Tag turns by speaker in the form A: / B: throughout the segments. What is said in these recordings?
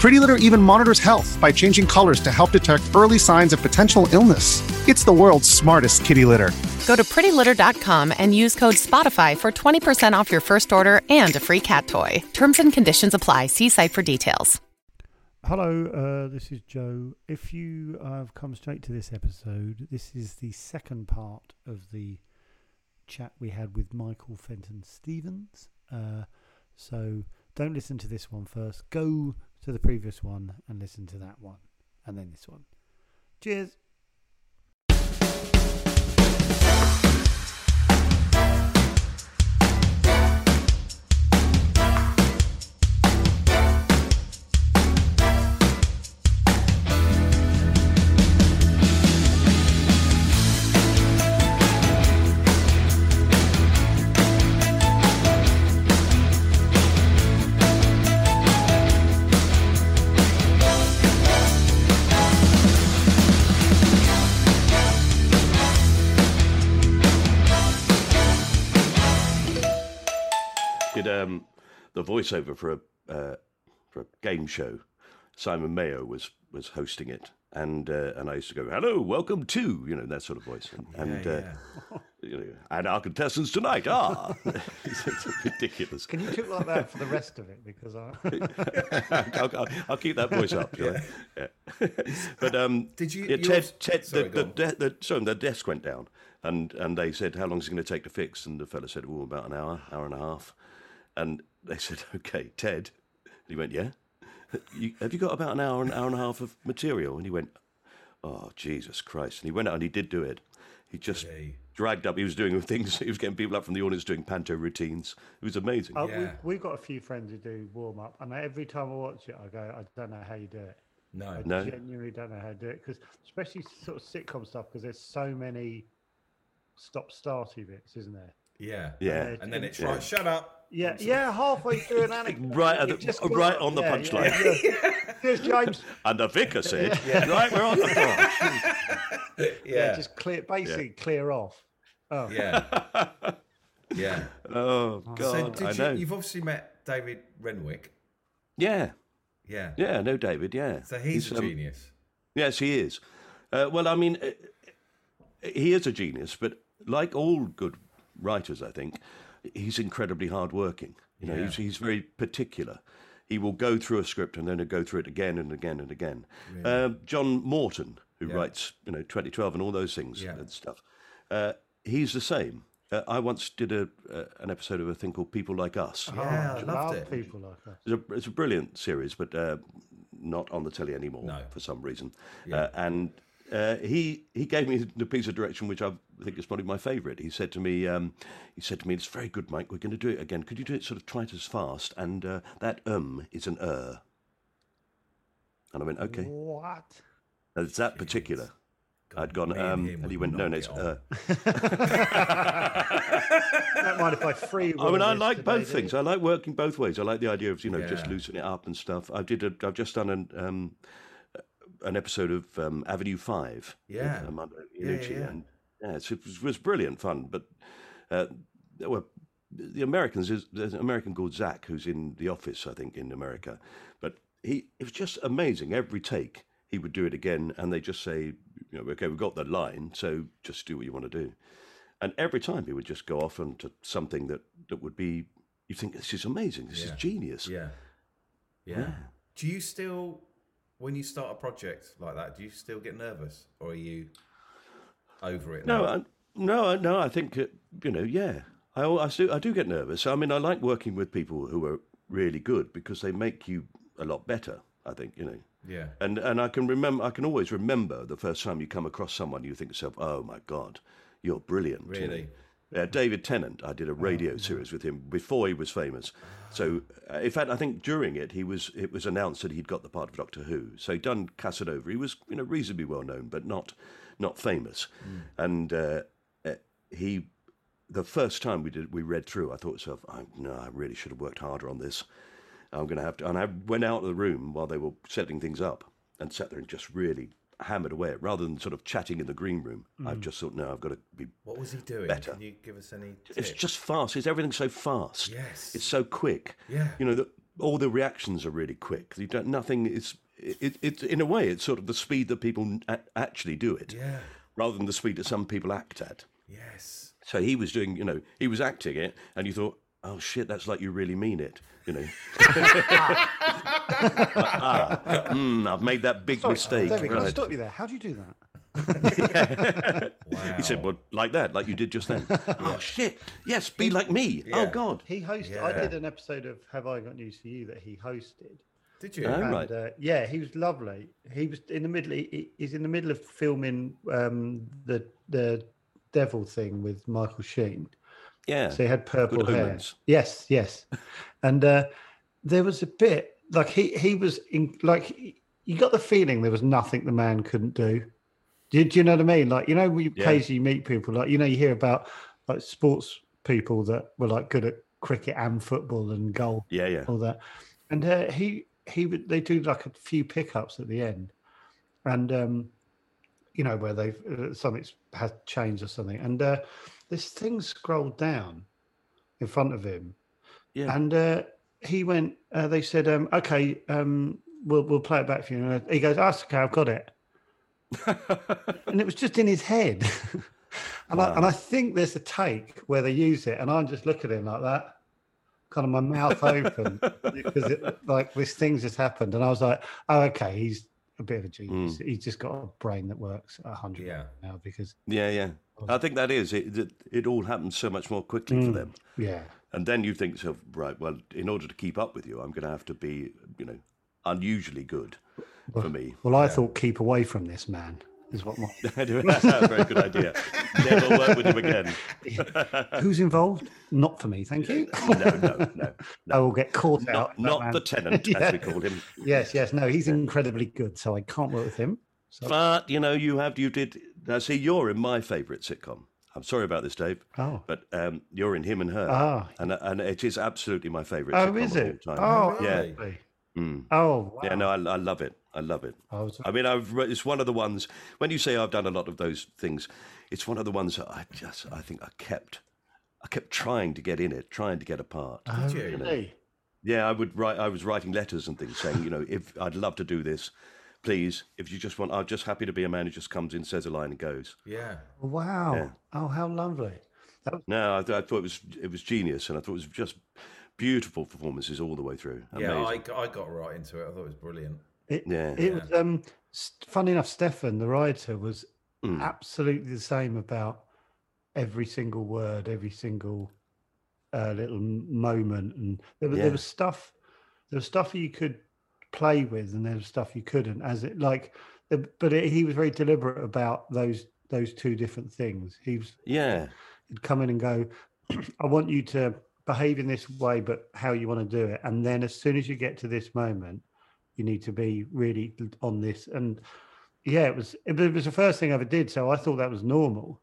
A: Pretty Litter even monitors health by changing colors to help detect early signs of potential illness. It's the world's smartest kitty litter.
B: Go to prettylitter.com and use code SPOTIFY for 20% off your first order and a free cat toy. Terms and conditions apply. See site for details.
C: Hello, uh, this is Joe. If you uh, have come straight to this episode, this is the second part of the chat we had with Michael Fenton Stevens. Uh, so don't listen to this one first. Go to the previous one and listen to that one, and then this one. Cheers.
D: did um, the voiceover for a uh, for a game show. Simon Mayo was was hosting it, and uh, and I used to go, "Hello, welcome to," you know, that sort of voice, and and, Uh, you know, and our contestants tonight are. it's, it's ridiculous.
C: Can you do like that for the rest of it? Because I.
D: I'll, I'll, I'll keep that voice up. shall I? Yeah. but um,
E: Did you-
D: yeah,
E: you
D: Ted,
E: also-
D: Ted,
E: sorry,
D: the,
E: go
D: the, de- the, sorry, the desk went down, and and they said, "How long is it going to take to fix?" And the fella said, "Oh, about an hour, hour and a half." And they said, "Okay, Ted," and he went, "Yeah." You, have you got about an hour, an hour and a half of material? And he went, "Oh, Jesus Christ!" And he went out and he did do it. He just dragged up. He was doing things. He was getting people up from the audience doing panto routines. It was amazing.
C: Oh,
E: Yeah.
C: we, we've got a few friends who do warm up, and every time I watch it, I go, I don't know how you do it. I
E: No.
D: No.
C: genuinely don't know how to do it because, especially sort of sitcom stuff, because there's so many stop-starty bits, isn't there?
E: Yeah.
D: Yeah.
E: And then it's
D: Yeah.
E: right. Shut up.
C: Yeah,
E: I'm sorry.
C: yeah, halfway through an anecdote,
D: Right at
C: it
D: the-
C: just
D: right
C: got-
D: on the
C: yeah, yeah,
D: punchline.
C: yeah. Here's James.
D: And the vicar said, "Right, we're on the floor."
C: Yeah.
E: Yeah.
C: just clear, basically clear off. Oh,
E: Yeah. Yeah.
D: Oh
E: So
D: God, I
E: did
D: know.
E: you, you've obviously met David Renwick.
D: Yeah,
E: Yeah.
D: yeah, no, David, yeah.
E: So he's, a
D: um,
E: genius.
D: Yes, he is. Uh, well, I mean, uh, he is a genius, but like all good writers, I think he's incredibly hardworking. You know, he's, he's very particular. He will go through a script and then he'll go through it again and again and again. Um, John Morton, who writes, you know, 2012 and all those things
E: Yeah.
D: and stuff, uh, he's the same. Uh, I once did a uh, an episode of a thing called People Like Us.
E: Yeah, I
C: I
E: loved
C: love
E: it.
C: people like that.
D: It's a, it's a brilliant series, but uh, not on the telly anymore
E: No.
D: for some reason. Uh, and uh, he he gave me the piece of direction, which I think is probably my favourite. He said to me, um, he said to me, "It's very good, Mike. We're going to do it again. Could you do it sort of twice as fast?" And uh, that um is an er. And I went, "Okay."
C: What?
D: It's that particular. I'd gone,
E: me and
D: um,
E: him
D: and he
E: would
D: went, "No, no,
E: not
D: it's
E: get on."
D: er."
C: Don't mind if I free.
D: I mean, I
C: this
D: like
C: today,
D: both
C: do
D: things.
C: you?
D: I like working both ways. I like the idea of you know just
E: Yeah.
D: loosening it up and stuff. I did. A, I've just done an um, an episode of um, Avenue Five. with
E: Yeah.
D: Armando
E: Yeah, yeah,
D: Iannucci,
E: yeah.
D: and yeah, it's, it was, was brilliant fun. But uh, there were the Americans. Is, there's an American called Zach who's in The Office, I think, in America. But he it was just amazing. Every take he would do it again, and they just say, you know, okay, we've got the line, so just do what you want to do. And every time he would just go off onto something that, that would be, you think, this is amazing, this
E: Yeah.
D: is genius.
E: Yeah. Yeah. Do you still, when you start a project like that, do you still get nervous or are you over it?
D: No,
E: now?
D: I, no, I- no, I think, uh, you know, yeah. I, al- I, still, I do get nervous. I mean, I like working with people who are really good because they make you a lot better, I think, you know.
E: yeah.
D: And and I can remember, I can always remember the first time you come across someone, you think to yourself, "Oh my God, you're brilliant!" you know.
E: Really?
D: Uh, David Tennant, I did a radio series with him before he was famous. So, uh, in fact, I think during it, he was it was announced that he'd got the part of Doctor Who. So he'd done Casanova. He was you know reasonably well known, but not not famous. And uh, uh, he, the first time we did we read through, I thought to myself, I, no, I really should have worked harder on this. I'm going to have to. And I went out of the room while they were setting things up and sat there and just really hammered away at it. rather than sort of chatting in the green room. I just thought, no, I've got to be
E: What was he doing?
D: Better.
E: Can you give us any? Tips?
D: it's just fast. It's everything so fast.
E: Yes.
D: It's so quick.
E: Yeah.
D: You know, the, all the reactions are really quick. You don't, nothing is. It, it, in a way, it's sort of the speed that people a- actually do it,
E: yeah.
D: rather than the speed that some people act at.
E: Yes.
D: So he was doing, you know, he was acting it, and you thought, oh shit, that's like you really mean it, you know. Ah, mm, I've made that big mistake.
F: David, can I
D: right.
F: stop you there? How do you do that?
D: He said, well, like that, like you did just then. oh shit, yes, be like me. Oh
E: Yeah.
D: god.
F: He hosted. I did an episode of Have I Got News for You that he hosted.
E: Did you?
D: Oh,
F: And
D: right.
F: uh, yeah, he was lovely. He was in the middle. He, he- he's in the middle of filming um, the the devil thing with Michael Sheen.
D: Yeah.
F: So he had purple hair.
D: omens.
F: Yes, yes. And uh, there was a bit like he he was in like he- you got the feeling there was nothing the man couldn't do. Do, do you know what I mean? Like you know, when you
D: Yeah.
F: occasionally you meet people like you know you hear about like sports people that were like good at cricket and football and golf
D: Yeah, yeah.
F: all that. And uh, he he would- they do like a few pickups at the end, and um, you know where they've uh, something's has changed or something, and uh, this thing scrolled down in front of him,
D: Yeah.
F: and uh, he went. Uh, they said, um, "Okay, um, we'll we'll play it back for you." And uh, he goes, "That's okay, I've got it," and it was just in his head. And, I, and I think there's a take where they use it, and I'm just looking at him like that, kind of my mouth open, because it, like this thing's just happened, and I was like, "Oh, okay, he's a bit of
D: Hmm.
F: a genius. He's just got a brain that works at 100
E: Yeah.
F: now because
D: Yeah, yeah.
F: Oh.
D: I think that is it. It, it all happens so much more quickly
F: Hmm.
D: for them,
F: yeah,
D: and then you think, so right. Well, in order to keep up with you, I'm going to have to be, you know, unusually good for me.
F: Well, I thought keep away from this man is what my
D: Very good idea. Never work with him again.
F: who's involved. Not for me, thank you.
D: No, no, no.
F: I will get caught out.
D: Not,
F: that
D: not
F: man.
D: the tenant,
F: Yeah.
D: as we call him.
F: Yes, yes, no, he's incredibly good, so I can't work with him. So,
D: But you know, you have you did. Now, see, you're in my favourite sitcom. I'm sorry about this, Dave.
F: Oh.
D: But um, you're in him and her.
F: Ah.
D: And and it is absolutely my favourite.
F: oh,
D: sitcom
F: is
D: Uh, of
F: it?
D: All time.
F: Oh,
D: yeah.
E: really?
F: lovely.
D: Mm.
F: Oh, wow.
D: Yeah, no, I, I love it. I love it.
F: I was-
D: I mean, I've re- it's one of the ones when you say I've done a lot of those things, it's one of the ones that I just I think I kept I kept trying to get in it, trying to get a part.
F: Oh,
E: you?
F: really?
D: Yeah, I would write. I was writing letters and things saying, you know, if I'd love to do this, please. If you just want, I'm just happy to be a man who just comes in, says a line, and goes.
E: Yeah.
F: Wow.
D: Yeah.
F: Oh, how lovely. That was,
D: No, I, th- I thought it was it was genius, and I thought it was just beautiful performances all the way through.
E: Yeah.
D: Amazing.
E: I, I got right into it. I thought it was brilliant.
F: it,
D: Yeah.
F: It was, um, s- funny enough, Stefan, the writer, was
D: Hmm.
F: absolutely the same about every single word, every single uh, little m- moment. And there was,
D: Yeah.
F: there was stuff, there was stuff you could play with and there was stuff you couldn't as it like, the- but it, he was very deliberate about those, those two different things. He was
D: yeah,
F: he'd come in and go, I want you to behave in this way, but how you want to do it. And then as soon as you get to this moment, you need to be really on this. And yeah, it was it was the first thing I ever did, so I thought that was normal.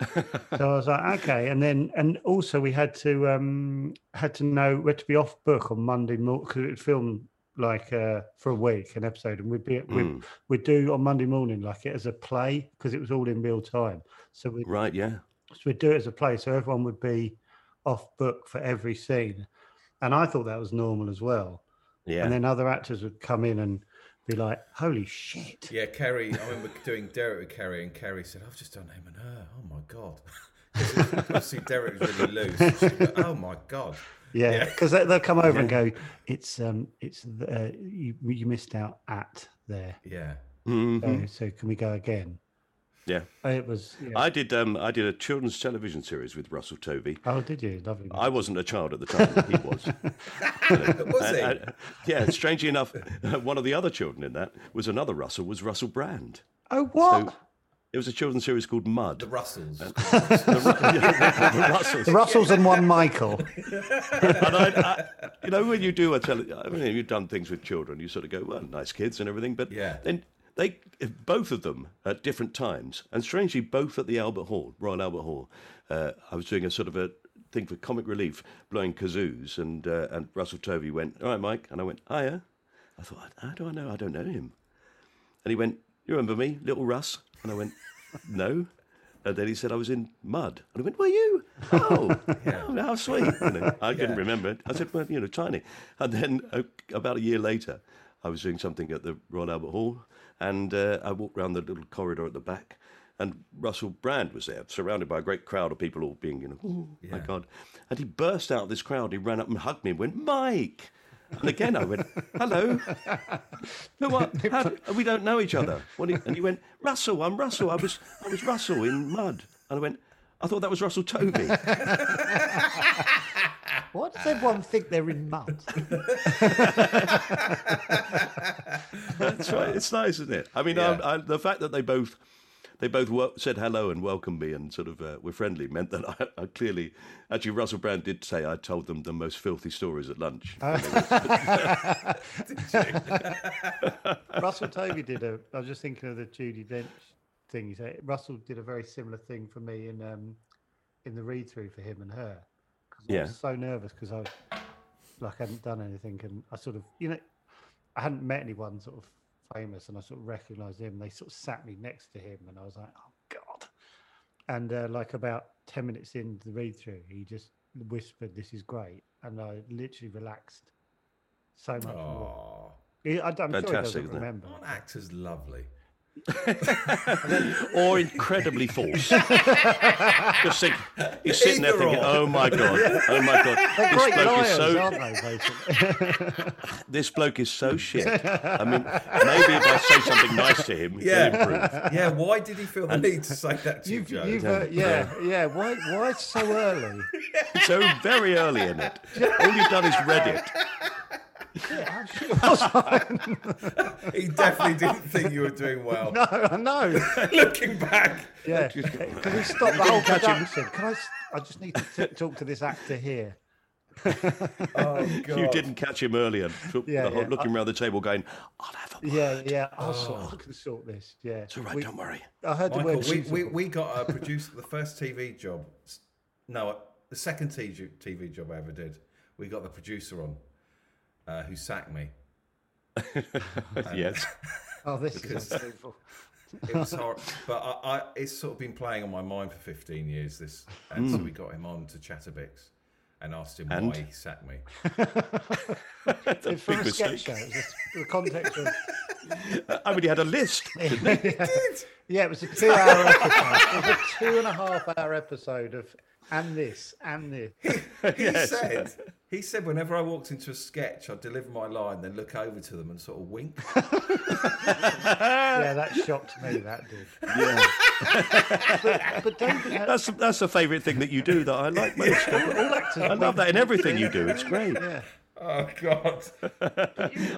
F: so I was like, okay. And then and also we had to um had to know we had to be off book on Monday morning because it'd film like uh for a week an episode and we'd be
D: Mm.
F: we'd, we'd do on monday morning like it as a play because it was all in real time so we
D: right, yeah,
F: so we'd do it as a play, so everyone would be off book for every scene. And I thought that was normal as well.
D: yeah.
F: And then other actors would come in and be like, "Holy shit!"
E: Yeah, Kerry. I remember doing Derek with Kerry, and Kerry said, "I've just done him and her. Oh my god." 'Cause Obviously, Derek was really loose. She went, oh my god.
F: Yeah,
E: Yeah.
F: because they'll come over and go, "It's um, it's the- uh, you, you missed out at there.
E: Yeah.
F: So- So, can we go again?"
D: yeah.
F: It was. Yeah.
D: I did. Um, I did a children's television series with Russell Tovey.
F: oh, did you? Lovely.
D: I wasn't a child at the time. but he was. You know,
E: Was
D: and-
E: he?
D: and- yeah. Strangely enough, one of the other children in that was another Russell. Was Russell Brand?
F: oh, what?
D: It was a children's series called Mud.
E: The Russells.
D: the Russells.
C: Russell's and one Michael.
D: and I, I, you know, when you do, I tell you, I mean, you've done things with children, you sort of go, well, nice kids and everything. But
E: Yeah.
D: then they, both of them at different times, and strangely, both at the Albert Hall, Royal Albert Hall, uh, I was doing a sort of a thing for comic relief, blowing kazoos, and uh, and Russell Tovey went, all right, Mike. And I went, hiya. I thought, how do I know? I don't know him. And he went, you remember me, little Russ? And I went, no. And then he said I was in mud. And I went, were you? Oh, oh, how sweet. You know, I couldn't remember it. I said, well, you know, tiny. And then uh, about a year later, I was doing something at the Royal Albert Hall. And uh, I walked round the little corridor at the back. And Russell Brand was there, surrounded by a great crowd of people all being, you know, oh, my God. And he burst out of this crowd. He ran up and hugged me and went, Mike. And again, I went, hello. No, what? How do- we don't know each other. What do you- and he went, Russell, I'm Russell. I was, I was Russell in mud. And I went, I thought that was Russell Toby.
F: Why does everyone think they're in mud?
D: That's right. It's nice, isn't it? I mean, um, I, I, the fact that they both, they both wel- said hello and welcomed me and sort of uh, were friendly meant that I, I clearly, actually, Russell Brand did say I told them the most filthy stories at lunch.
C: Russell Tovey did a. I was just thinking of the Judy Dench thing. You say Russell did a very similar thing for me in um, in the read through for him and her. 'Cause I
D: Yeah.
C: was so nervous because I was like I hadn't done anything and I sort of you know I hadn't met anyone sort of famous and I sort of recognised him. They sort of sat me next to him and I was like, oh god. And uh, like about ten minutes into the read through, he just whispered, "This is great," and I literally relaxed so much. more.
E: Oh,
C: He- I, am sure he
D: Fantastic,
C: doesn't
D: isn't it?
C: remember.
E: aren't actors lovely?
D: or incredibly false. Just think, he's sitting there
E: Either
D: thinking,
E: or.
D: oh my God, oh my God.
C: They're
D: this
C: great
D: bloke
C: liars,
D: is so
C: aren't they? Basically,
D: this bloke is so shit. I mean, maybe if I say something nice to him,
E: Yeah.
D: he'll improve.
E: Yeah, why did he feel the need to say that to you,
F: You've,
E: Joe?
F: you've uh, yeah, yeah. Why, why so early?
D: So very early in it. All you've done is read it.
F: Yeah, I'm sure.
E: He definitely didn't think you were doing well.
F: I know.
E: Looking back,
F: Yeah. Can we stop the whole production? Can I? s- I just need to t- talk to this actor here.
E: oh god,
D: You didn't catch him early and took
F: Yeah,
D: the whole,
F: yeah.
D: looking around the table going, I'll have a word.
F: Yeah, yeah. I'll sort, I can sort this. Yeah.
D: It's all right,
F: We-
D: don't worry.
F: I heard the
E: Michael.
F: word.
E: We,
F: suitable.
E: we, we got uh, produced the first TV job. No, uh, the second TV TV job I ever did. We got the producer on, uh, who sacked me.
D: yes.
F: oh, this is unbelievable.
E: It was horrible, but I, I, it's sort of been playing on my mind for 15 years. This, and so we got him on to Chatterbix, and asked him
D: Hmm. And?
E: why he sacked me.
D: That's a
F: It's from
D: big
F: a sketch
D: mistake.
F: show. It was just the context of
D: I mean, he had a list.
F: yeah, it was a two-hour episode. It was a two and a half hour episode of and this and this.
E: He said, he said, whenever I walked into a sketch, I'd deliver my line, then look over to them and sort of wink.
F: Yeah, that shocked me. That did.
D: Yeah.
F: But don't think that
D: That's, that's a favourite thing that you do that I like most. I love that in everything you do. It's great.
E: Oh God!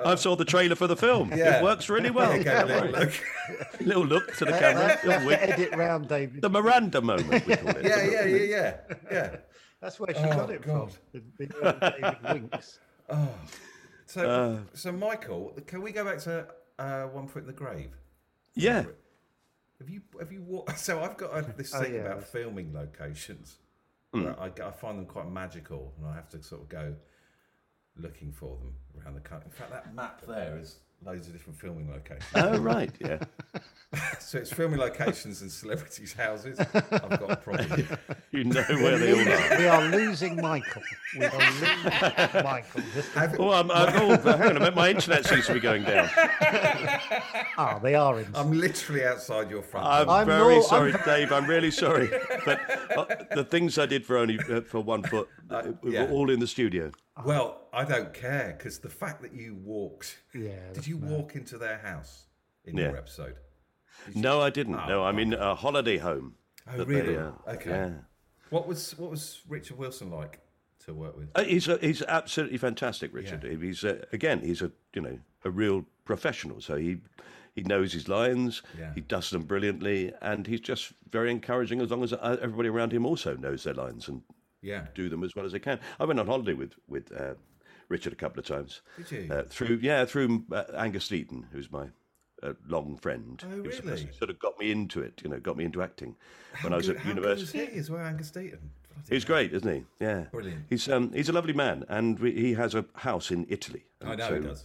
D: I saw the trailer for the film.
E: Yeah.
D: It works really well.
E: Okay,
D: Don't
E: look,
D: worry.
E: look.
D: Little look to the camera. little wink.
F: edit round, David.
D: The Miranda moment, we call it.
E: Yeah, yeah, yeah, yeah, yeah.
F: That's where she
E: Oh,
F: got it
E: God.
F: from. The, the David Winks.
E: So,
F: Uh.
E: so Michael, can we go back to uh, one foot in the grave?
D: Yeah.
E: Have you have you wa- so I've got a, this thing
F: Oh, yeah,
E: about
F: that's- Hmm.
E: filming locations. where I, I find them quite magical, and I have to sort of go looking for them around the country. In fact, that map there is loads of different filming locations.
D: Oh, right. Yeah.
E: so it's filming locations and celebrities' houses. I've got a problem.
D: You know where they all are.
F: We are losing Michael. We are losing Michael. Just the-
D: Oh, I'm, I'm, oh, hang on a minute. My internet seems to be going down.
F: ah, they are in.
E: I'm literally outside your front.
D: I'm,
E: door.
F: I'm
D: very
F: more-
D: sorry, Dave. I'm really sorry. But uh, the things I did for only uh, for one foot, uh, we
E: yeah.
D: were all in the studio.
E: Well, I don't care because the fact that you walked.
F: Yeah,
E: Did
F: that's
E: you walk into their house in
D: Yeah.
E: your episode?
D: No, I didn't. no, I'm in a holiday home.
E: Oh,
D: that
E: really?
D: uh,
E: Okay.
D: Yeah.
E: What was what was Richard Wilson like to work with?
D: Uh, He's a, he's uh, absolutely fantastic, Richard. He's a, again, he's a you know a real professional. So he He knows his lines.
E: Yeah.
D: He does them brilliantly, and he's just very encouraging. As long as uh, everybody around him also knows their lines and
E: Yeah.
D: do them as well as they can. I went on holiday with with uh, Richard a couple of times.
E: Did you?
D: Uh, through yeah, through uh, Angus Deaton, who's my uh, long friend.
E: Oh,
D: He was the person
E: really?
D: who sort of got me into it. You know, got me into acting when I was
E: Good-
D: at
E: how good
D: university.
E: was he as well, Angus Deaton. Bloody
D: He's
E: hell.
D: great, isn't he? Yeah,
E: Brilliant.
D: He's um, he's a lovely man, and we, he has a house in Italy.
E: I
D: And
E: know
D: so-
E: he does.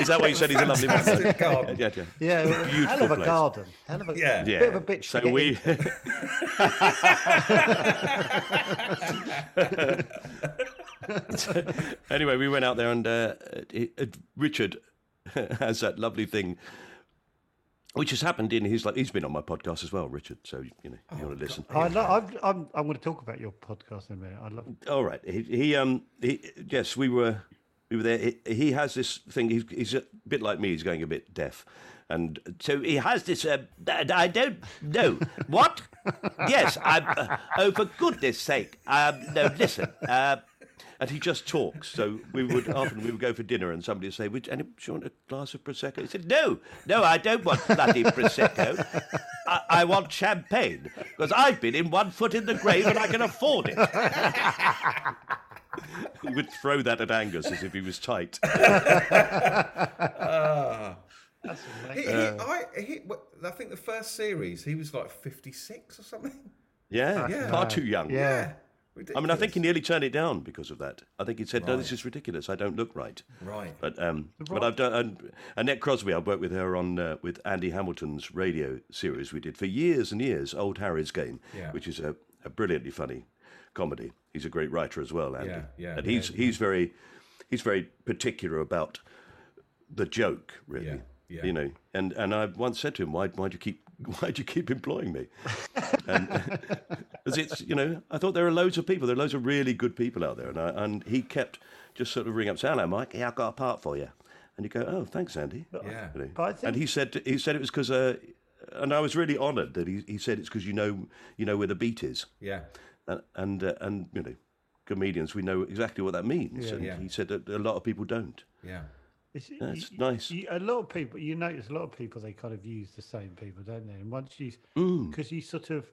D: Is that why you said he's a lovely man?
E: Fantastic garden.
D: Yeah, yeah.
F: Yeah, well, hell
D: Beautiful
F: of a
D: place.
F: garden. Hell of a
E: Yeah.
D: Yeah.
F: bit of a bitch.
D: so
F: to get
D: we
F: into.
D: anyway, we went out there, and uh, it, it, Richard has that lovely thing, which has happened in his like he's been on my podcast as well, Richard. So you know
F: Oh,
D: you want to listen.
F: I lo- I've, I'm, I'm going to talk about your podcast in a minute. I love.
D: All right, he, he um he yes we were we were there. He, he has this thing. He's, he's a bit like me. He's going a bit deaf, and so he has this. Uh, that I don't know what. yes, I'm. Uh, oh, for goodness sake! Um, no, listen. Uh, and he just talks. So we would often we would go for dinner, and somebody would say, "Would any do you want a glass of prosecco?" He said, "No, no, I don't want bloody prosecco. I, I want champagne because I've been in one foot in the grave and I can afford it." He would throw that at Angus as if he was tight.
E: He, he,
D: Uh,
E: I, he, wh- I think the first series, he was like 56 or something.
D: Yeah,
E: Yeah.
D: far too young.
F: Yeah.
D: I mean, I think he
E: Ridiculous.
D: nearly turned it down because of that. I think he said, "No, this is ridiculous. I don't look right."
E: Right.
D: But um, but I've done and Annette Crosby. I worked with her on uh, with Andy Hamilton's radio series we did for years and years. Old Harry's Game,
E: Yeah.
D: which is a, a brilliantly funny comedy. He's a great writer as well, Andy.
E: Yeah, yeah,
D: and
E: yeah,
D: he's he's very he's very particular about the joke, really.
E: Yeah, yeah.
D: You know, and and I once said to him, "Why why do you keep why do you keep employing me?" Because it's you know, I thought there are loads of people. There are loads of really good people out there, and I, and he kept just sort of ringing up, saying, "Hello, Mike. Yeah, I've got a part for you." And you go, "Oh, thanks, Andy."
E: Yeah.
D: You know.
F: But I think-
D: And he said he said it was because, uh, and I was really honoured that he, he said it's because you know you know where the beat is,
E: Yeah.
D: and and, uh, and you know, comedians we know exactly what that means. and
E: Yeah.
D: he said that a lot of people don't.
E: Yeah.
F: It's,
D: That's nice.
F: you- a lot of people, you notice a lot of people, they kind of use the same people, don't they? And once you,
D: Mm.
F: because you sort of,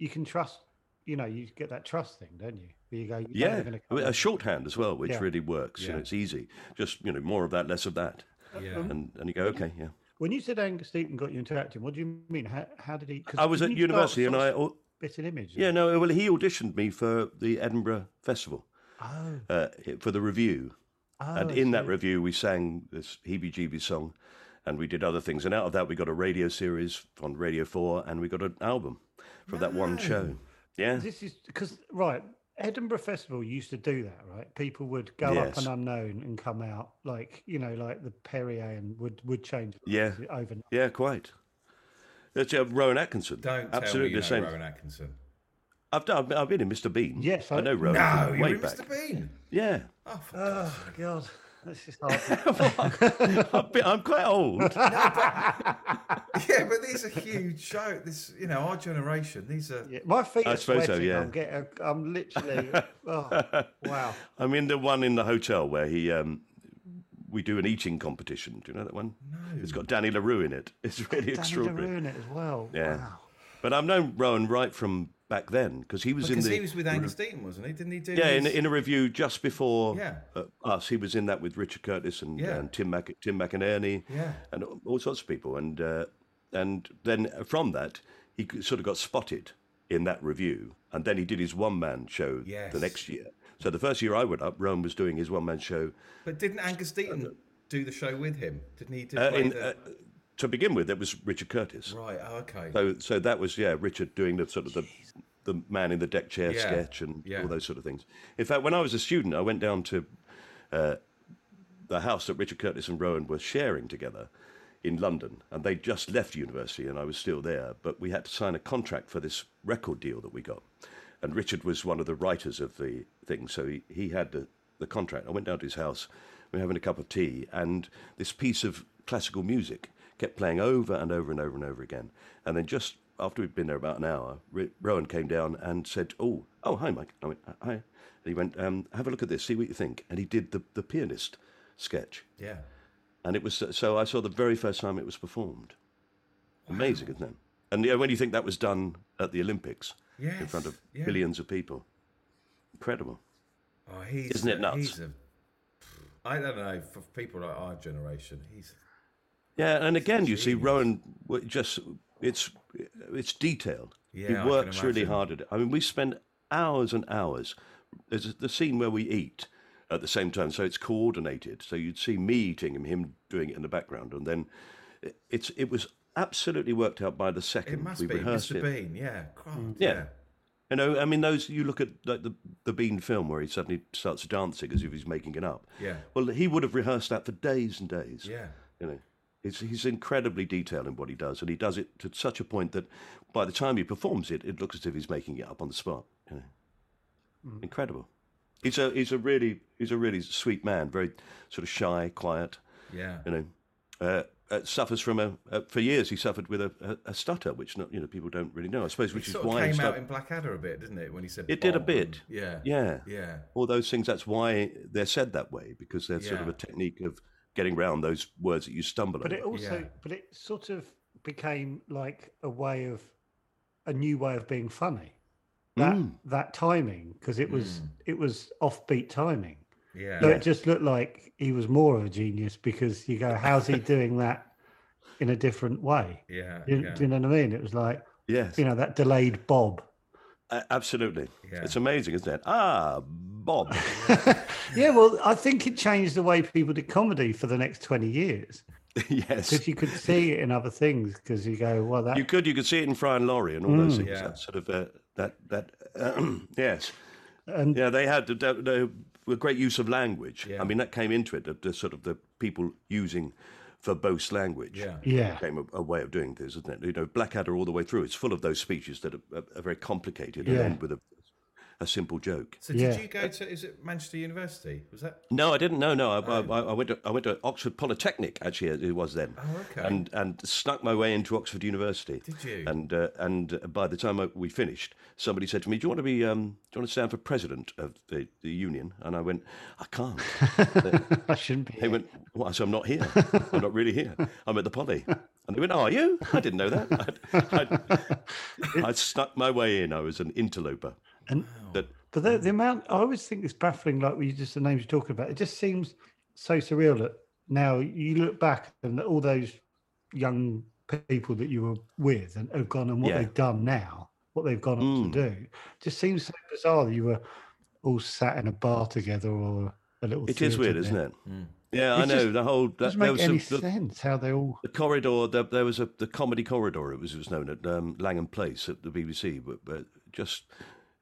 F: you can trust, you know, you get that trust thing, don't you? Where you go, you know they're
D: Yeah,
F: gonna
D: I
F: come
D: mean, a
F: up-
D: shorthand as well, which
F: Yeah.
D: really works. You
E: Yeah.
D: know, it's easy. Just you know, more of that, less of that,
E: Yeah.
D: and and you go, okay, yeah.
F: When you said Angus Deaton got you into acting, what do you mean? How, how did he? 'cause
D: I was
F: didn't
D: at
F: you start
D: university, and
F: sort
D: I
F: of
D: al-
F: bit an image.
D: Yeah, no. Well, he auditioned me for the Edinburgh Festival.
E: Oh.
D: Uh, for the review,
F: Oh,
D: and in that review we sang this heebie-jeebie song, and we did other things. And out of that we got a radio series on Radio Four, and we got an album from that one show. Yeah,
F: This is because right, Edinburgh Festival used to do that, right? People would go up
D: Yes.
F: and unknown and come out like you know, like the Perrier and would would change
D: Yeah.
F: overnight.
D: yeah, quite. That's uh, Rowan Atkinson.
E: Don't tell
D: absolutely
E: me
D: the
E: you know
D: same.
E: Rowan Atkinson.
D: I've done. I've been in Mr Bean.
F: Yes,
D: I,
F: I-
D: know Rowan.
E: No,
D: way
E: you're in
D: back.
E: Mr. Bean.
D: Yeah,
E: Oh, for God's sake.
F: God, that's just hard.
D: I've been, I'm quite old.
E: yeah, but these are huge show. This, you know, our generation. These are.
F: Yeah, my feet
D: I
F: are
D: suppose so,
F: sweating.
D: yeah.
F: I'm getting. I'm literally. oh, wow.
D: I'm in the one in the hotel where he um, we do an eating competition. Do you know that one? No. It's got Danny LaRue in it. It's really extraordinary.
F: Danny DeRue in it as well.
D: Yeah.
F: Wow.
D: But I've known Rowan right from back then because he was
E: Because
D: in the
E: he was with Angus Deaton, wasn't he? Didn't he do?
D: yeah in,
E: his-
D: in a review just before
E: Yeah.
D: uh, us. He was in that with Richard Curtis and,
E: Yeah.
D: and Tim Mac- Tim McInerney
E: Yeah.
D: and all sorts of people. And uh, and then from that he sort of got spotted in that review, and then he did his one man show
E: Yes.
D: the next year. So the first year I went up, Rowan was doing his one man show.
E: But didn't Angus Deaton do the show with him? Didn't he do?
D: Uh,
E: play
D: in,
E: the-
D: uh, to begin with, it was Richard Curtis.
E: right. Oh, okay.
D: So, so that was yeah, Richard doing the sort of the the man in the deck chair
E: Yeah,
D: sketch and
E: yeah.
D: all those sort of things. In fact, when I was a student, I went down to uh, the house that Richard Curtis and Rowan were sharing together in London, and they just left university, and I was still there. But we had to sign a contract for this record deal that we got, and Richard was one of the writers of the thing, so he he had the the contract. I went down to his house. We were having a cup of tea, and this piece of classical music kept playing over and over and over and over again. And then just after we'd been there about an hour, R- Rowan came down and said, "Oh, oh, hi, Mike." And I went, "Hi." And he went, um, "Have a look at this, see what you think." And he did the the pianist sketch,
E: yeah.
D: And it was so I saw the very first time it was performed. Amazing, isn't it? And you know, when you think that was done at the Olympics in
E: Yes,
D: front of
E: yeah.
D: billions of people, incredible.
E: Oh, he's
D: Isn't it
E: a-
D: nuts?
E: He's a, I don't know. For people like our generation, he's
D: Yeah, and again, you see, Rowan w- just it's it's detailed.
E: Yeah,
D: he
E: I can
D: works really
E: imagine.
D: hard at it. I mean, we spend hours and hours. There's the scene where we eat at the same time, so it's coordinated. So you'd see me eating and him doing it in the background, and then it- it's it was absolutely worked out by the second
E: it must
D: we
E: be
D: rehearsed
E: Mr.
D: it.
E: Bean. Yeah, God,
D: Yeah.
E: yeah.
D: You know, I mean, those you look at like the the Bean film where he suddenly starts dancing as if he's making it up.
E: Yeah.
D: Well, he would have rehearsed that for days and days
E: yeah.
D: you know he's, he's incredibly detailed in what he does and he does it to such a point that by the time he performs it it looks as if he's making it up on the spot you know
E: Mm.
D: incredible he's a he's a really he's a really sweet man very sort of shy quiet
E: Yeah.
D: you know uh, uh, suffers from a uh, for years he suffered with a, a, a stutter which not you know people don't really know i suppose which
E: it
D: is
E: sort of
D: why he
E: came out
D: stut-
E: in Blackadder a bit, didn't it? When he said
D: it did a
E: Bob
D: bit
E: and- Yeah.
D: yeah
E: Yeah.
D: all those things that's why they're said that way because they're sort of
E: Yeah.
D: a technique of getting round those words that you stumble
F: But
D: over
F: it also,
E: Yeah.
F: but it sort of became like a way of a new way of being funny. That
D: Mm.
F: that timing because it was it was offbeat timing.
E: Yeah.
F: So it just looked like he was more of a genius because you go, how's he doing that in a different way?
E: Yeah.
F: Do you,
E: yeah.
F: do you know what I mean? It was like
D: yes
F: you know that delayed bob.
D: A- absolutely.
E: Yeah.
D: It's amazing, isn't it? Ah, Bob.
F: Yeah, well, I think it changed the way people did comedy for the next twenty years
D: yes.
F: because you could see it in other things. Because you go, well, that
D: You could you could see it in Fry and Laurie and all those things.
E: Mm, Yeah.
D: That sort of uh, that that yes.
F: and
D: Yeah, they had uh, they, a great use of language. I
E: Yeah.
D: mean, that came into it. The, the sort of the people using verbose language.
E: Yeah.
F: yeah,
D: Became a, a way of doing things, isn't it? You know, Blackadder all the way through. It's full of those speeches that are, are, are very complicated and
F: Yeah.
D: end with a, a simple joke.
E: So did
F: Yeah.
E: you go to? Is it Manchester University? Was that?
D: No, I didn't. No, no, I, I, I went to I went to Oxford Polytechnic. Actually, it was then.
E: Oh, okay.
D: And and snuck my way into Oxford University.
E: Did you?
D: And uh, and by the time I, we finished, somebody said to me, "Do you want to be? Um, do you want to stand for president of the, the union?" And I went, "I can't."
F: that shouldn't be.
D: they went, "Well, so I'm not here. I'm not really here. I'm at the poly." And they went, "Are you? I didn't know that." I, I, I snuck my way in. I was an interloper.
F: And-
D: That
F: But the, the amount I always think it's baffling, like what you just the names you're talking about. It just seems so surreal that now you look back and all those young people that you were with and have gone and what
D: Yeah. Mm.
F: they've done now, what they've gone on to do, just seems so bizarre that you were all sat in a bar together or a little.
D: it is weird, isn't it? Yeah, I
F: It's
D: know
F: just-
D: the whole.
F: Doesn't
D: there
F: make
D: was
F: any
D: some- the-
F: sense how they all.
D: The corridor, there, there was a the comedy corridor. It was it was known at um, Langham Place at the BBC, but, but just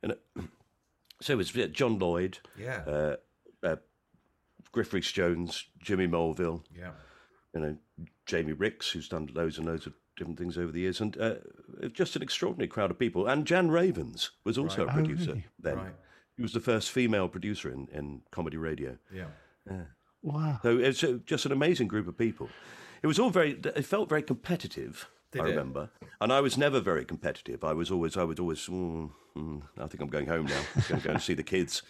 D: you know, so it was yeah, John Lloyd,
E: Yeah.
D: uh, uh, Griff Rhys Jones, Jimmy Mulville,
E: yeah.
D: you know, Jamie Ricks, who's done loads and loads of different things over the years, and uh, just an extraordinary crowd of people. And Jan Ravens was also a
F: Right. Oh,
D: producer
F: really?
D: then.
E: Right.
D: He was the first female producer in, in comedy radio.
E: Yeah.
F: Wow.
D: So it's uh, just an amazing group of people. It was all very. It felt very competitive.
E: Did
D: I
E: it?
D: remember, and I was never very competitive. I was always. I would always. Mm, mm, I think I'm going home now. I'm going to go and see the kids.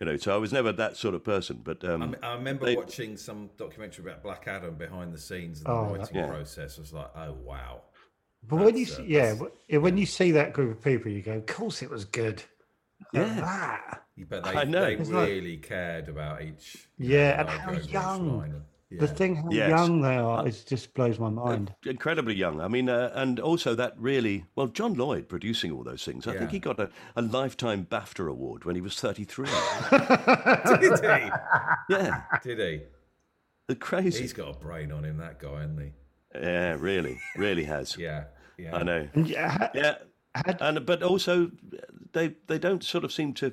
D: You know. So I was never that sort of person. But um,
E: I, mean, I remember
D: they-
E: watching some documentary about Black Adam behind the scenes and the
F: Oh,
E: writing
D: yeah.
E: process. I was like, oh wow.
F: But when you
E: That's,
F: see,
E: uh,
F: yeah,
E: that's-
F: wh- yeah, when you see that group of people, you go, "Of course, it was good." Look at
D: Yeah.
F: that.
E: You bet
D: I
E: they,
D: know.
E: they
D: It's
F: like-
E: really cared about each.
F: Yeah, and
E: logo
F: how
E: of each
F: young.
E: line and-
F: The
E: yeah.
F: thing how
D: Yes.
F: young they are is just blows my mind.
D: incredibly young. I mean, uh, and also that really. Well, John Lloyd producing all those things. I think
E: Yeah.
D: he got a, a lifetime BAFTA award when he was 33.
E: did he?
D: yeah,
E: Did he?
D: the crazy.
E: He's got a brain on him, that guy, hasn't
D: Yeah, really, really has.
E: he? Yeah, yeah.
D: I know.
F: And yeah, ha-
D: Yeah,
F: had-
D: and but also they they don't sort of seem to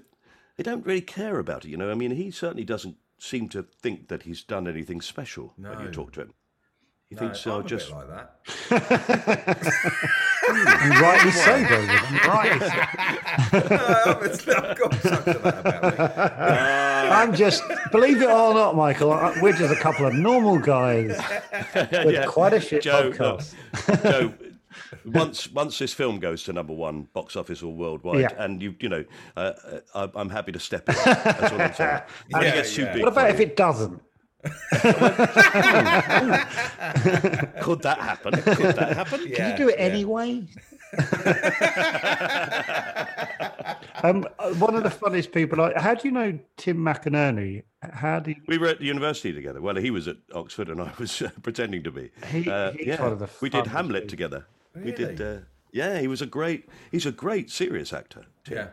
D: they don't really care about it. You know, I mean, he certainly doesn't seem to think that he's done anything special when you
E: No.
D: talk to him. He
E: No,
D: thinks
E: I'm
D: I'll
E: a bit
D: just
E: like that.
F: and rightly so, David. and rightly
D: Uh,
F: so.
E: no, I'm, it's, I've got such a that about me.
F: I'm just, believe it or not, Michael, I- we're just a couple of normal guys with
D: Yeah.
F: quite a shit
D: Joe, no.
F: podcast.
D: Joe, once once this film goes to number one box office all worldwide,
F: Yeah.
D: and you you know, uh, uh, I, I'm happy to step in. That's what I'm saying. When it
E: Yeah,
D: gets too
E: yeah.
D: big
F: What
D: for
F: about
D: you-
F: if it doesn't?
D: Could that happen? Could that happen?
F: Can
E: Yeah,
F: you do it
E: yeah.
F: anyway? um, uh, one of the funniest people. I, how do you know Tim McInerney? How do you,
D: We were at the university together. Well, he was at Oxford and I was uh, pretending to be.
F: He- he's one of the
D: Uh, we did
F: funnest
D: Hamlet together. We did.
E: Really?
D: Uh, yeah, he was a great. He's a great serious actor. Tim.
E: yeah,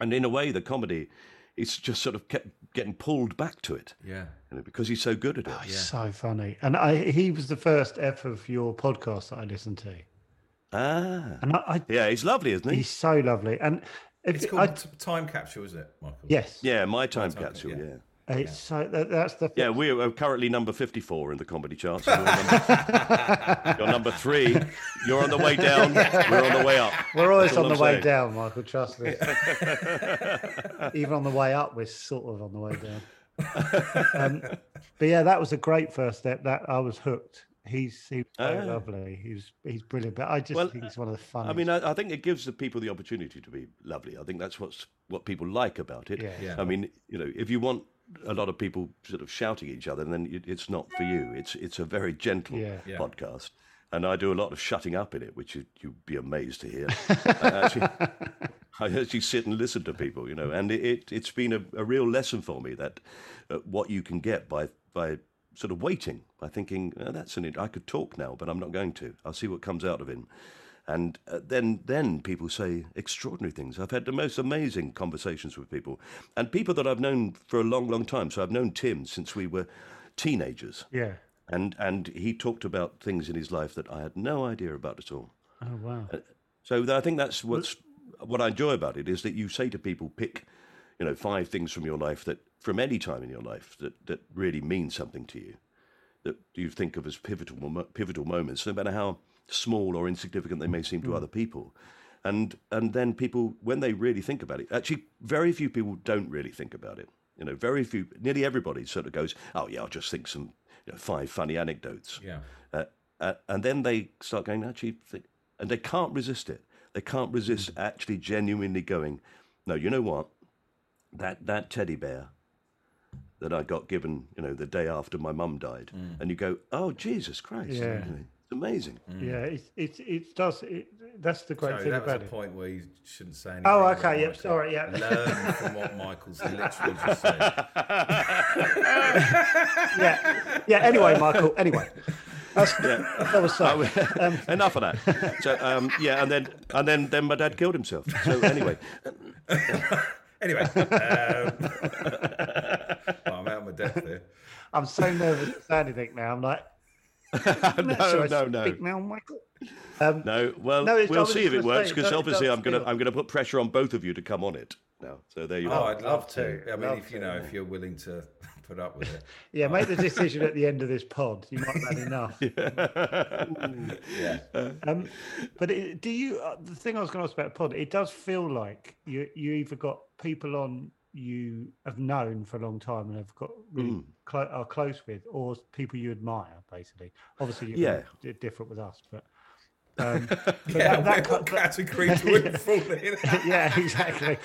D: And in a way, the comedy, it's just sort of kept getting pulled back to it
E: yeah.
D: you know, because he's so good at it.
F: he's so funny? And I, he was the first F of your podcast that I listened to,
D: Ah,
F: and I, I
D: yeah, he's lovly, isn't he?
F: he's so lovely. And if,
E: It's
F: it's
E: called t- Time Capsule, isn't it, Michael?
F: yes,
D: Yeah, my time capsule.
E: yeah.
D: Yeah.
F: it's so that, that's the
D: Yeah, we are currently number 54 in the comedy charts. You're number, you're number three. You're on the way down. We're on the way up.
F: We're always
D: That's all
F: on the
D: I'm
F: way
D: saying.
F: down, Michael. Trust me. Even on the way up, we're sort of on the way down. Um, but yeah, that was a great first step. That I was hooked. He's he's so
D: Ah.
F: lovely. He's he's brilliant. But I just
D: Well,
F: think he's one of the funniest.
D: I mean, I, I think it gives the people the opportunity to be lovely. I think that's what's what people like about it.
F: Yeah.
E: Yeah.
D: I mean, you know, if you want a lot of people sort of shouting at each other, then it, it's not for you. It's it's a very gentle
F: Yeah.
E: Yeah.
D: podcast, and I do a lot of shutting up in it, which you, you'd be amazed to hear. I, actually, I actually sit and listen to people, you know, and it, it it's been a, a real lesson for me that uh, what you can get by by sort of waiting by thinking oh, that's an int- I could talk now, but I'm not going to. I'll see what comes out of him. And uh, then, then people say extraordinary things. I've had the most amazing conversations with people, and people that I've known for a long, long time. So I've known Tim since we were teenagers,
F: yeah.
D: and and he talked about things in his life that I had no idea about at all.
F: Oh wow.
D: Uh, So th- I think that's what's what I enjoy about it is that you say to people, pick, you know, five things from your life that from any time in your life that that really mean something to you, that you think of as pivotal mo- pivotal moments, no matter how small or insignificant they may seem to other people. And and then people, when they really think about it, actually, very few people don't really think about it. You know, very few, nearly everybody sort of goes, "Oh yeah, I'll just think some you know, five funny anecdotes."
E: Yeah.
D: uh, uh, and then they start going actually th- and they can't resist it they can't resist actually genuinely going no you know what that that teddy bear that i got given you know the day after my mum died and you go oh jesus christ
F: Yeah.
D: you know, it's amazing
F: Yeah. It's it's it does. It, that's the great
E: Sorry,
F: thing
E: that was a
F: about it.
E: point where you shouldn't say anything.
F: Oh,
E: about
F: okay. Yep.
E: Michael.
F: Sorry. Yep.
E: Learn from what Michael's literally just said.
F: yeah. Yeah. Anyway, Michael. Anyway. That's, That was so.
D: enough of that so um, yeah and then and then then my dad killed himself so anyway
E: Anyway, um, well, I'm out of my depth here.
F: I'm so nervous to say anything now. I'm like,
D: no
F: should I
D: no no
F: speak now, Michael. Um,
D: no well
F: No, it's- I
D: we'll
F: was
D: see
F: just
D: if it
F: gonna
D: works
F: say,
D: because
F: no, it
D: obviously
F: does
D: i'm gonna
F: feel-
D: i'm gonna put pressure on both of you to come on it now so there you
E: Oh,
D: are
E: I'd love to.
F: to,
E: I mean,
F: love
E: if you know, if you're willing to put up with it.
F: Yeah, make
D: Oh.
F: the decision at the end of this pod. You might have had enough. Um, but it, do you? Uh, the thing I was going to ask about pod, it does feel like you you either got people on you have known for a long time and have got really
D: Mm.
F: clo- are close with, or people you admire. Basically, obviously, you're
D: Yeah.
F: d- different with us, but. Um,
E: Yeah,
F: that- that
E: what- what
F: co- that-
E: category do we fall in?
F: yeah, exactly.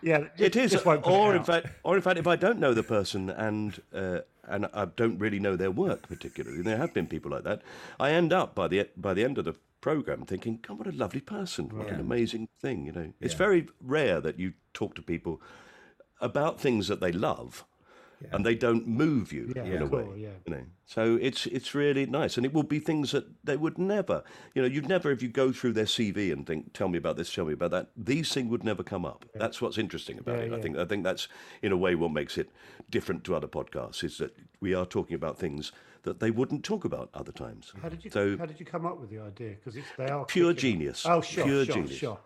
F: Yeah,
D: It
F: just-
D: is,
F: just won't put it
D: or in
F: out.
D: fact, or in fact, if I don't know the person and uh, and I don't really know their work particularly, and there have been people like that, I end up by the by the end of the program thinking, "God, what a lovely person! What an amazing thing!" You know, it's very rare that you talk to people about things that they love, and they don't move you
F: Yeah,
D: in a
F: cool,
D: way.
F: yeah.
D: You know, so it's it's really nice, and it will be things that they would never, you know, you'd never if you go through their CV and think, tell me about this, tell me about that. These things would never come up. That's what's interesting about it. I think I think that's in a way what makes it different to other podcasts is that we are talking about things that they wouldn't talk about other times.
F: How did you
D: So
F: how did you come up with the idea? Because it's they are
D: pure
F: kicking-
D: genius.
F: Oh, sure,
D: pure
F: sure,
D: genius.
F: sure.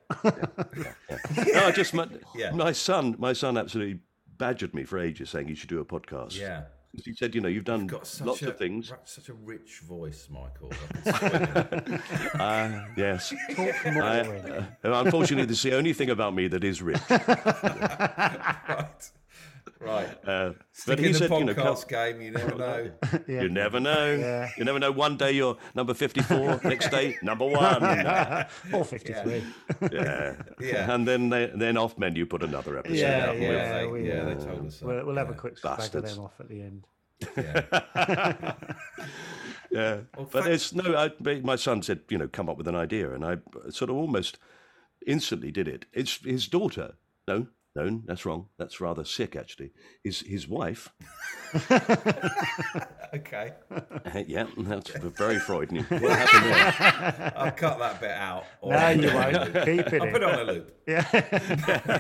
D: no, I just my,
E: Yeah.
D: my son, my son absolutely badgered me for ages saying you should do a podcast.
E: Yeah.
D: He said, you know, you've done
E: You've got such
D: lots
E: a,
D: of things.
E: ri- Such a rich voice, Michael. I can swear to it.
D: Ah, yes.
F: Talk more.
D: I,
F: Ian.
D: uh, unfortunately, this is the only thing about me that is rich.
E: right. Right.
D: Uh,
E: Stick
D: but
E: in
D: he
E: the
D: said,
E: podcast
D: you know, come-
E: game, you never know.
D: you never know.
F: Yeah.
D: You never know. One day you're number 54, next day, number one. Yeah.
F: or 53.
E: Yeah.
D: And then they, then off menu put another episode
F: Yeah,
D: out.
E: yeah,
F: yeah,
E: they,
F: we-
E: yeah, they told us that.
F: We'll, we'll have a quick swag of
D: Bastards.
F: them off at the end.
E: Yeah.
D: yeah.
E: Well,
D: but
E: fa-
D: it's no. I, but my son said, you know, come up with an idea, and I sort of almost instantly did it. It's his daughter. No, no, that's wrong. That's rather sick, actually. His his wife.
E: okay.
D: yeah, that's very Freudian. What happened there?
E: I'll cut that bit out. Or
F: No, you
E: I'll
F: won't. Keep it.
E: put it
F: in.
E: on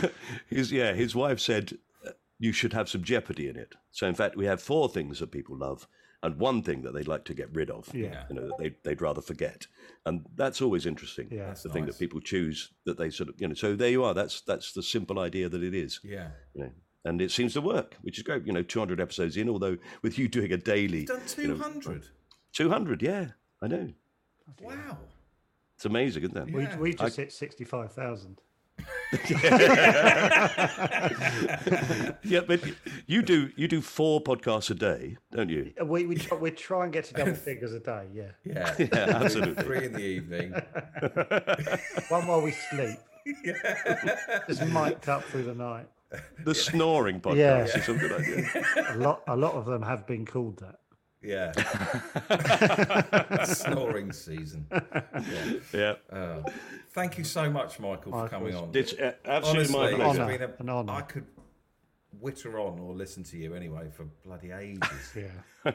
E: a loop.
D: his yeah, his wife said uh, you should have some jeopardy in it. So in fact, we have four things that people love, and one thing that they'd like to get rid of.
F: Yeah.
D: you know that they they'd rather forget, and that's always interesting.
F: Yeah.
D: the thing
E: nice.
D: that people choose that they sort of you know. So there you are. That's that's the simple idea that it is.
E: Yeah.
D: You know. And it seems to work, which is great. You know, 200 episodes in, although with you doing a daily,
E: Done 200.
D: 200, yeah, I know.
E: Wow.
D: It's amazing, isn't it?
F: We, we just hit 65,000.
D: Yeah, but you do you do four podcasts a day, don't you?
F: Uh, We, we, try, we try and get to double figures a day, yeah.
E: Yeah.
D: Yeah, absolutely.
E: Three in the evening.
F: One while we sleep. Just mic'd up through the night.
D: The snoring podcast
F: Yeah.
D: is a good idea.
F: A lot, a lot of them have been called that.
E: Yeah. Snoring season.
D: Yeah.
E: Thank you so much, Michael, for coming on.
D: It's uh, absolutely
E: Honestly,
D: my
F: it's
D: pleasure.
F: Honour.
E: been a-
F: An honour.
E: I could witter on or listen to you anyway for bloody ages.
F: Yeah.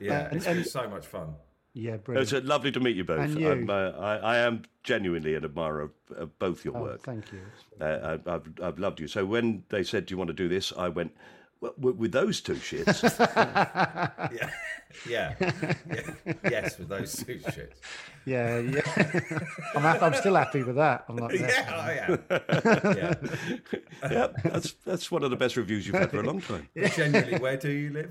E: yeah, it's been
F: and-
E: so much fun.
F: Yeah,
D: It's
F: brilliant.
D: uh, lovely to meet you both.
F: And you.
D: I'm, uh, I, I am genuinely an admirer of, of both your
F: Oh,
D: work.
F: thank you.
D: Uh, I, I've, I've loved you. So when they said, "Do you want to do this?" I went, "Well, with with those two shits."
E: Yeah. Yeah. yeah. Yes, with those two shits.
F: Yeah, yeah. I'm, happy, I'm still happy with that. I'm like, yeah.
E: Yeah, I am. Yeah.
D: yeah, that's that's one of the best reviews you've had for a long time.
E: But Genuinely, where do you live?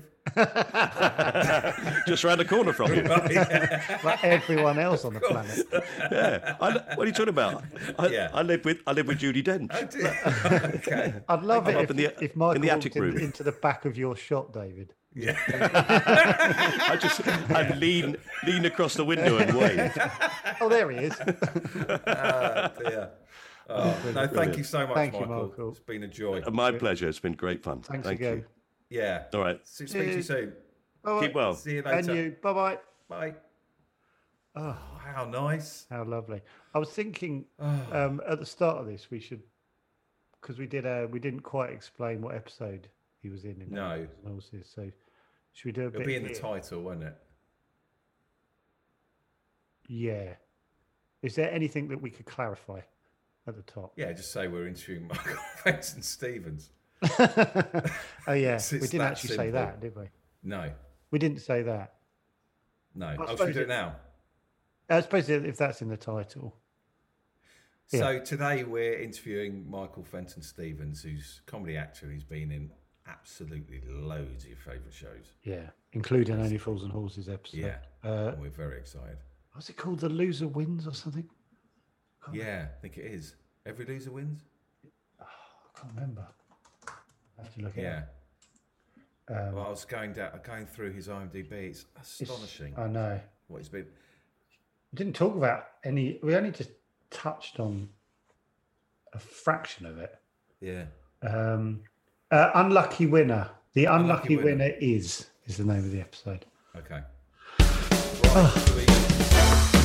D: Just round the corner from you.
F: like everyone else on the planet.
D: Yeah. I, what are you talking about? I,
E: Yeah.
D: I live with I live with Judy Dench.
E: I do. okay.
F: I'd love
D: I'm
F: it
D: up
F: if,
D: in the-
F: if
D: in
F: Michael
D: the
F: walked
D: attic
F: in-
D: room.
F: into the back of your shop, David.
D: I just I lean lean across the window and wave.
F: Oh, there he is.
E: Yeah. Oh, no, thank you so much,
F: Thank you,
E: Michael.
F: Michael.
E: It's been a joy.
D: My pleasure. It's been great fun.
F: Thanks
D: Thank
F: again.
D: you.
E: Yeah.
D: Uh, All right. Oh.
E: See- Speak to you
F: Cheers.
E: soon.
F: All
D: Keep
F: right,
D: well.
E: See you
F: And
E: later.
F: you. Bye bye.
E: Bye.
F: Oh.
E: how nice.
F: How lovely! I was thinking um, at the start of this we should, because we did a we didn't quite explain what episode he was in. in
E: No.
F: Animals and Horses, so should we do a
E: It'll
F: bit?
E: be in the
F: here?
E: title, won't it?
F: Yeah. Is there anything that we could clarify at the top?
E: Yeah, just say we're interviewing Michael Benson Stevens.
F: Oh yeah,
E: It's-
F: we
E: it's
F: didn't
E: that
F: actually say
E: simple.
F: that, did we?
E: No,
F: We didn't say that.
E: no. Oh, should we
F: suppose
E: do
F: it-
E: it now?
F: I suppose if that's in the title. Yeah.
E: So today we're interviewing Michael Fenton Stevens, who's a comedy actor. He's been in absolutely loads of your favourite shows.
F: Yeah, including Only Fools and Horses episode.
E: Yeah,
F: Uh,
E: and we're very excited.
F: what's it called? The Loser Wins or something?
E: Yeah, I think it is. Every loser wins.
F: I can't remember. I have to look
E: Yeah.
F: it up.
E: well, I was going down, going through his IMDb. It's
F: It's-
E: astonishing
F: I know.
E: what he's been.
F: We didn't talk about any. We only just touched on a fraction of it.
E: Yeah.
F: Um, uh, unlucky winner. The unlucky,
E: Unlucky Winner.
F: winner. is is the name of the episode.
E: Okay. Right. so we-